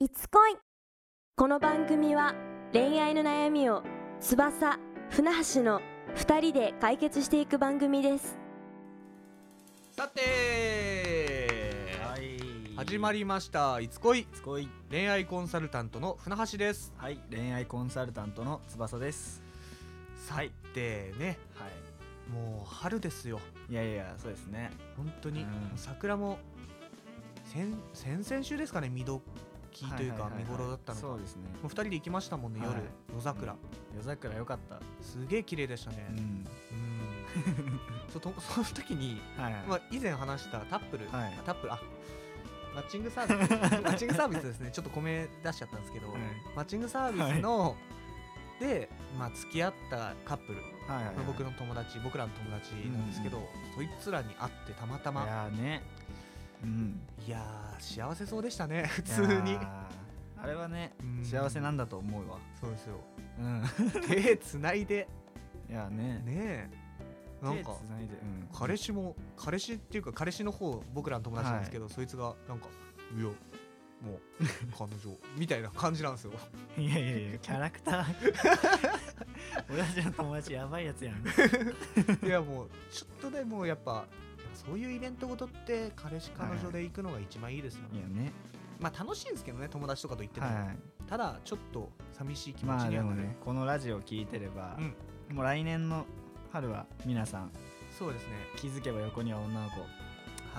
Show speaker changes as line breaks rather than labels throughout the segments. いつ恋この番組は恋愛の悩みを翼船橋の2人で解決していく番組です
さて、
はい、
始まりました「いつ恋
すごい
恋愛コンサルタントの船橋です
はい恋愛コンサルタントの翼です」
さてね
は
もう春ですよ
いいやいやそうですね
本当に、
うん
桜も先先々週ですかね見どきというか
ははは
見頃だったのか、
そ
も
うですね
う2人で行きましたもんね夜、
はい
夜桜、
夜桜良かった
すげえ綺麗でしたね
う、ん
うんそうと その時に、
はいはい
まあ、以前話したタップル、
はい
あタップルあマッチングサービス マッチングサービスですねちょっと米出しちゃったんですけど、
はい
マッチングサービスの、で、まあ、付き合ったカップル、
はいはい
まあ僕
の
の友達僕らの友達なんですけど、
う
そいつらに会ってたまた
い
ま
やーねうん
いやー幸せそうでしたね普通
い
に
やーあれはね
うん
幸せなんだと思うわ
そうですよ
うん
手つないで
いやーね
ねえなんか
手つないでうん
彼氏も彼氏っていうか彼氏の方僕らの友達なんですけど、そいつがなんか「いやもう彼女」みたいな感じなんですよ
いやいやいやキャラク ター俺たちの友達やばいやつやん
いやもうちょっとでもやっぱそういうイベントごとって彼氏彼女で行くのが一番いいですよね、
いやね
まあ楽しいんですけどね友達とかと行っても、
は
ただちょっと寂しい
い
気持ち
まあ
に
で
はな
も
る、
ねこのラジオ聞いてれば
うん
もう来年の春は皆さん
そうですね
気づけば横には女の子
は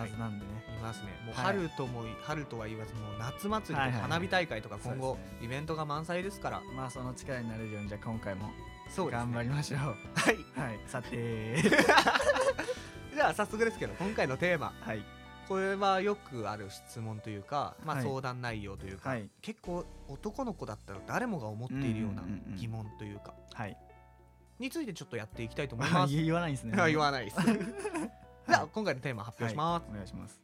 はいずなんでね、
いますねもう
はい
春とも、春とは言わずもう夏祭
は
り
い
と
はい
か花火大会とか今後、
そうです
イベントが満載ですから
まあその力になれるようにじゃあ今回も
そうです
頑
ね
張りましょう、
はい
はいさて
じゃあ早速ですけど今回のテーマ
はい
これはよくある質問というか、まあ、
はい
相談内容というか、
はい
結構男の子だったら誰もが思っているような
うんうんうんうん
疑問というか、
はい
についてちょっとやっていきたいと思い
あ
ます。
言わないんですね
言わ ないです。じゃあ今回のテーマ発表します。
はいお願いします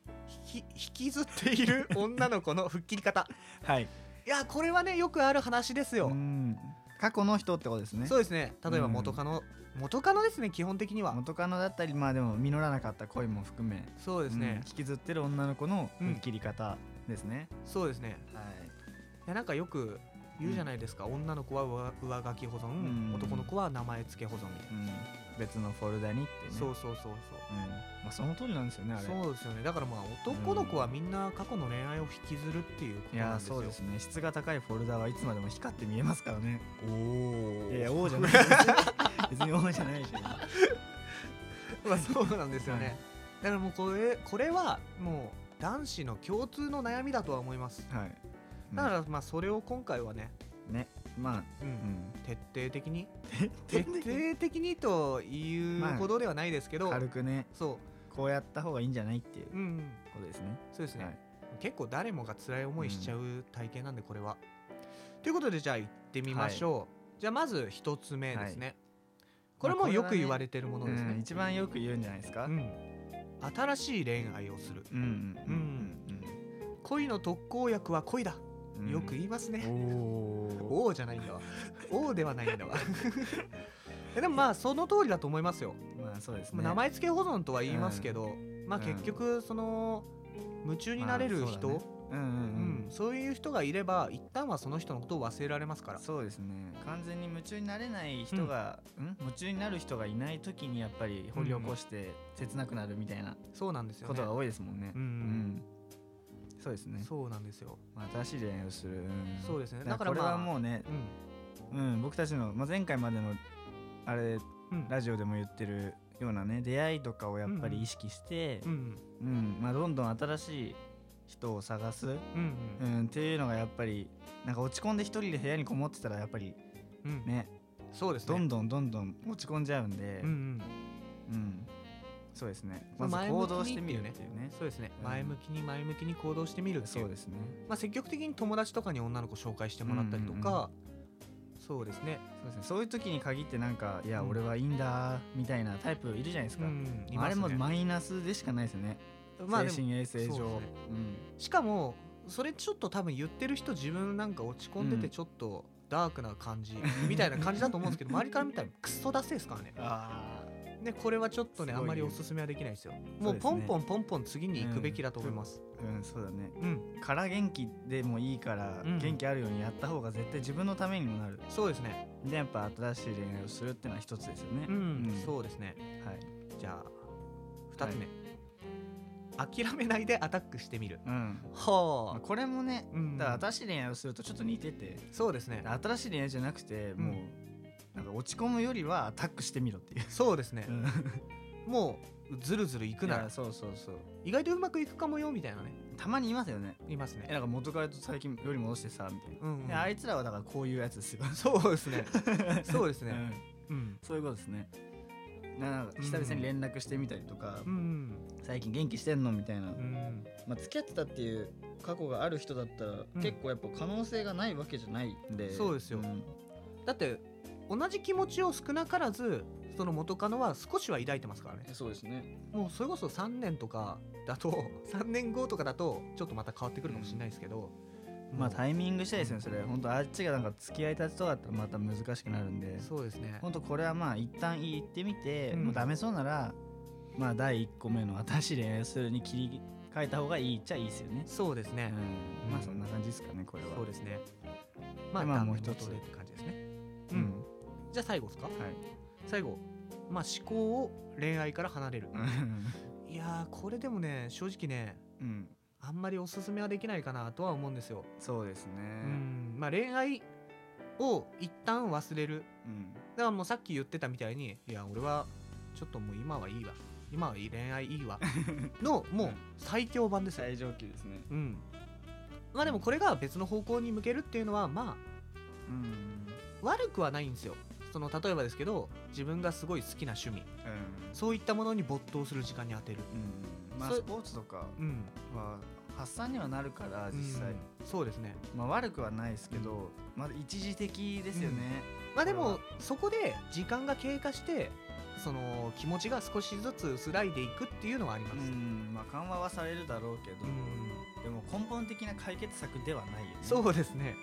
引き引きずっている女の子の吹っ切り方。
はい
いやこれはねよくある話ですよ。
うん過去の人ってことですね
そうですね。例えば元カノ、元カノですね基本的には。
元カノだったりまあでも実らなかった恋も含め
そうですね
うん。引きずってる女の子の
うん
切り方ですね、
そうですね。
はい
いやなんかよく言うじゃないですか。女の子は上上書き保存、
ん
男の子は名前付け保存みたいな。
うん、別のフォルダにってね
そうそうそうそう。
うんまあ、その通りなんですよねあれ
そうですよねだからまあ男の子はみんな過去の恋愛を引きずるっていうこ
い
とな
や
ん
ー
ですよ、
そうですね質が高いフォルダはいつまでも光って見えますからね
おお
いやいや 王じゃない別に王じゃないし
まあそうなんですよね、だからもうこれこれはもう男子の共通の悩みだとは思います
はい
だからまあそれを今回はね、
ねまあ
うん
うん
徹底的に徹
徹
底
底的に
的にというほどではないですけど、
軽くね
そ
こうやった方がいいんじゃないっていう
ううんうん
ことですね
そうですね、
はい
結構誰もが辛い思いしちゃう体験なんでこれは。ということでじゃあ行ってみましょう、じゃあまず一つ目ですね、これもよく言われてるものですね,、
うん一番よく言うんじゃないですか
うん新しい恋愛をする
うんうん
恋の特効薬は恋だ、
うんうん
よく言いますね
おお
王じゃない んだわ王ではないんだわえでもまあその通りだと思いますよ、
まあそうです
まあ
ね
名前付け保存とは言いますけど、まあ
うん
結局その夢中になれる
まあ
人、
そうだねうんうん
うんそういう人がいれば一旦はその人のことを忘れられますか
うん
ら
そうですね完全に夢中になれない人が、ん、夢中になる人がいない時にやっぱり掘り起こして切なくなるみたいな
そうなんですよ
こ
ね
とが多いですもんね
うん
うんそうですね、
そうなんですよ、
まあ、新しい恋愛をする、うん
そうですね
だから
だか
これ
らまあ
はもうね、
うん
うん、僕たちの、まあ、前回までのあれ
うん
ラジオでも言ってるようなね出会いとかをやっぱり意識して、
う
うん
ん
まあ、どんどん新しい人を探す、
うん
う
うん
ん、っていうのがやっぱりなんか落ち込んで一人で部屋にこもってたらやっぱり
うん
ね
そうですね
どんどんどんどん落ち込んじゃうんで、
うんうん
うんそうですね
ま
ま
あ
ず
前向きに
行動してみるっていうね
そうですね
うん
前向きに前向きに行動してみるってい
そう
う
ですね
まあ積極的に友達とかに女の子紹介してもらったりとかそうですね
そうですねそういう時に限ってなんかいや
うん
俺はいいんだみたいなタイプいるじゃないですか、
うんい
あ
ま
れ
す
も
ね
マイナスでしかないですよね、
まあで
精
も
神衛生上
そう
う,、
ですねしかもそれちょっと多分言ってる人自分なんか落ち込んで
う
て
ん
ちょっと ダークな感じみたいな感じだと思うんですけど周りから見たらクソダセえですからね
んあ
ねこれはちょっとね
す
あ
ごい
んまりおすすめはできないですよ
そ
も
う
う
ですね
ポンポンポンポン次に行くべきだと思います
うんそうだね
うん、
から元気でもいいから
うん
元気あるようにやった方が絶対自分のためにもなる
そうですね
でやっぱ新しい恋愛をするってのは一つですよね
うん、
う
そうですね
はい
じゃあ2つ目、諦めないでアタックしてみる
うんまあ
は
これもね
あ、うん
だから新しい恋愛をするとちょっと似てて
そうですね
新しい恋愛じゃなくてもうなんか落ち込むよりはアタックしてみろっていう
そうですね
う、ん
もうずるずるいくないら
やそうそうそう
意外とうまくいくかもよみたいなね
たまにいますよね
います
え
ね
なんか元彼と最近より戻してさみたいな、
うんうん
であいつらはだからこういうやつですよ
そうですねそうです
う
ね
ん
うん
そういうことですねななんか久々に連絡してみたりとか、
うん
最近元気してんのみたいな、
うん
まあ、付き合ってたっていう過去がある人だったら、
ん
結構やっぱ可能性がないわけじゃないんで
そうですよ
ん
だって同じ気持ちを少なからずその元カノは少しは抱いてますからね
そうですね
もうそれこそ3年とかだと3 年後とかだとちょっとまた変わってくるかもしれないですけど、
まあ
もう
タイミング次第ですよねそれ本当あっちがなんか付き合いたちとかだったらまた難しくなるんで
そうですね
本当これはまあ一旦言ってみて、
うん
もうダメそうならまあ第1個目の新しい恋愛をするに切り替えた方がいいっちゃいいですよね、
そうです
う
ね、
ん、まあそんな感じですかねこれは
そうですねまあ
でまあ
ダメ
もう一つ
元でって感じですねう、
うんん
じゃあ最後ですか
はい
最後まあ思考を恋愛から離れる、いやーこれでもね正直ね
うん
あんまりおすすめはできないかなとは思うんですよ、
そうですね
うんまあ恋愛を一旦忘れる
うん
だからもうさっき言ってたみたいにいや俺はちょっともう今はいいわ今はいい恋愛いい わのもう最強版ですよ、
上級ですね
うんまあでもこれが別の方向に向けるっていうのはま
うん
あ悪くはないんですよその例えばですけど自分がすごい好きな趣味そういったものに没頭する時間に当てる
うんまあ
そう
スポーツとか
うん
は発散にはなるから実際、
うんそうですね
まあ悪くはないですけど、まあ一時的ですよね、
まあで
これ
も
は
そこで時間が経過してその気持ちが少しずつ薄らいでいくっていうのはありま
う
す、
んまあ緩和はされるだろうけど、
うん
でも根本的な解決策ではないよね
そうですね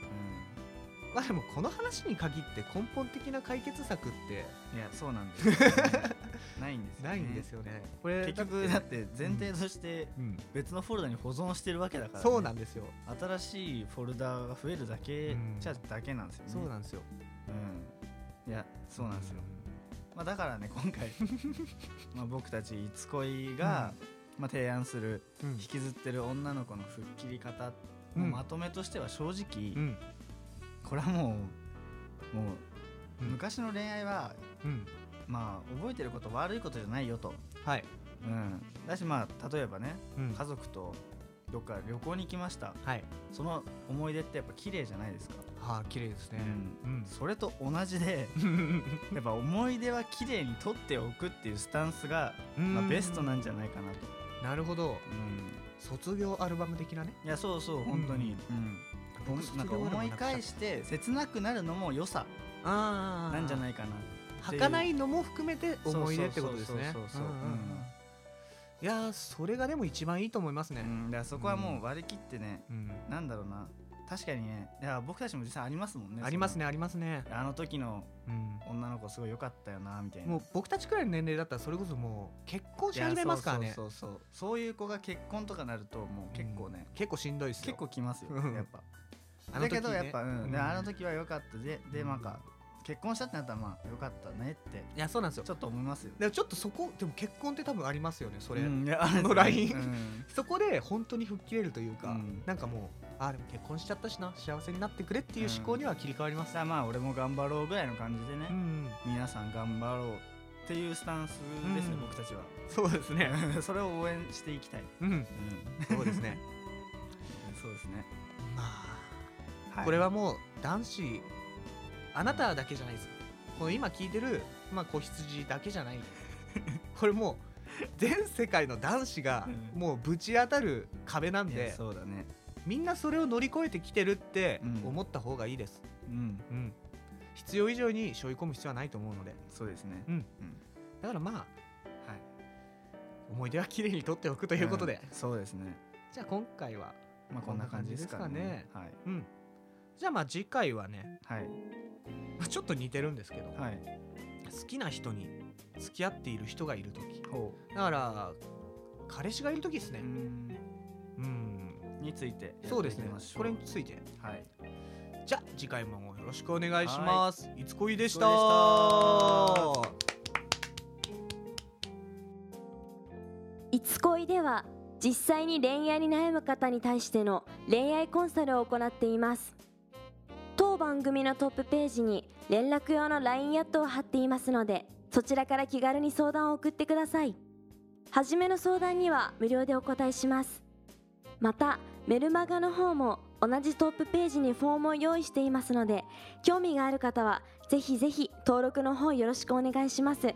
う
まあでもこの話に限って根本的な解決策って
ん、いやそうなん ですよねないんですよね
ないんですよねこれ
結局だ
だ
っ
って
て前提として
うん
別のフォルダに保存してるわけだから、ね、
そうなんですよ、
新しいフォルダが増えるだけ
うん
じゃだけなんですよね
そうなんですよ
うんいやそうなんですよ、まあ、だからね今 回まあ僕たちいつ恋が、まあ、提案する
うん
引きずってる女の子の吹っ切り方
うん
のまとめとしては正直、
うん
これはもうもう
うん
昔の恋愛は
うん
まあ覚えてること悪いことじゃないよと、
はい
うん、だしまあ例えばね
うん
家族とどっか旅行に行きました
はい
その思い出ってやっぱ綺麗じゃないですか
はあ綺麗ですねうん
それと同じでやっぱ思い出は綺麗に取っておくっていうスタンスが、 まあ、ベストなんじゃないかなと、
なるほど
うん
卒業アルバム的なね
いやそうそう本当に、うん
僕
なんか
卒業アルバム
思い
なくした
返して切なくなるのも良さ
あ
なんじゃ
い
ないかなってう
儚いのも含めて思い出ってことですね
そうそうそうそうそう
うんうんうんいやーそれがでも一番いいと思います
う
ね
ん、だからそこはもう割り切ってね、
うん
なんだろうな確かにねいや僕たちも実際ありますもんね
あります
ね
ねありますね
あの時の
うん
女の子すごい良かったよなみたいな
もう僕たちくらいの年齢だったらそれこそもう結婚し始めますから
いや
ね
そうそうそうそうそういう子が結婚とかなるともう結構ね、
結構しんどいっすよ
結構きますよ
うん
やっぱ
あの
だ
時
けど
ね
やっぱ、うんで
うん
あの時は良かったでで
うん
なんか結婚したってなったらまあ良かったねって
いやそうなんですよ
ちょっと思いますよ
でもちょっとそこでも結婚って多分ありますよねそれ、
うんいやあるんですよ
のライン
うん
そこで本当に吹っ切れるというか、
うん
なんかもうあーでも結婚しちゃったしな幸せになってくれっていう思考には切り替わります
さあまあ俺も頑張ろうぐらいの感じでね、
うん、
皆さん頑張ろうっていうスタンスですね、
うん
僕たちは
そうですね
それを応援していきたい、
うん
うん、
そうですね
そうですね、
まあ
はい、
これはもう男子あなただけじゃないですこの今聞いてる、まあ、子羊だけじゃないこれもう全世界の男子が
うん
もうぶち当たる壁なん
いや
で
そうだね
みんなそれを乗り越えてきてるって
うん
思った方がいいです、
うん
うん必要以上に背負い込む必要はないと思うので
そうですね
うん
うん
だからまあ
はい
思い出は綺麗に取っておくということで、
んそうですね
じゃあ今回は
まあこんな感じですかね
うんじゃあまあ次回はね
はい
まあちょっと似てるんですけど
はいはい
好きな人に付き合っている人がいる時
ほ
だから彼氏がいる時です
う
ね
ん
うん
についてやっていきましょ
そうですねこれについて
はい
じゃあ次回もよろしくお願いしますいつこいでした
いつこ
いつ恋では実際に恋愛に悩む方に対しての恋愛コンサルを行っています当番組のトップページに連絡用の LINE アットを貼っていますのでそちらから気軽に相談を送ってください初めの相談には無料でお答えしますまたメルマガの方も同じトップページにフォームを用意していますので興味がある方はぜひぜひ登録の方よろしくお願いします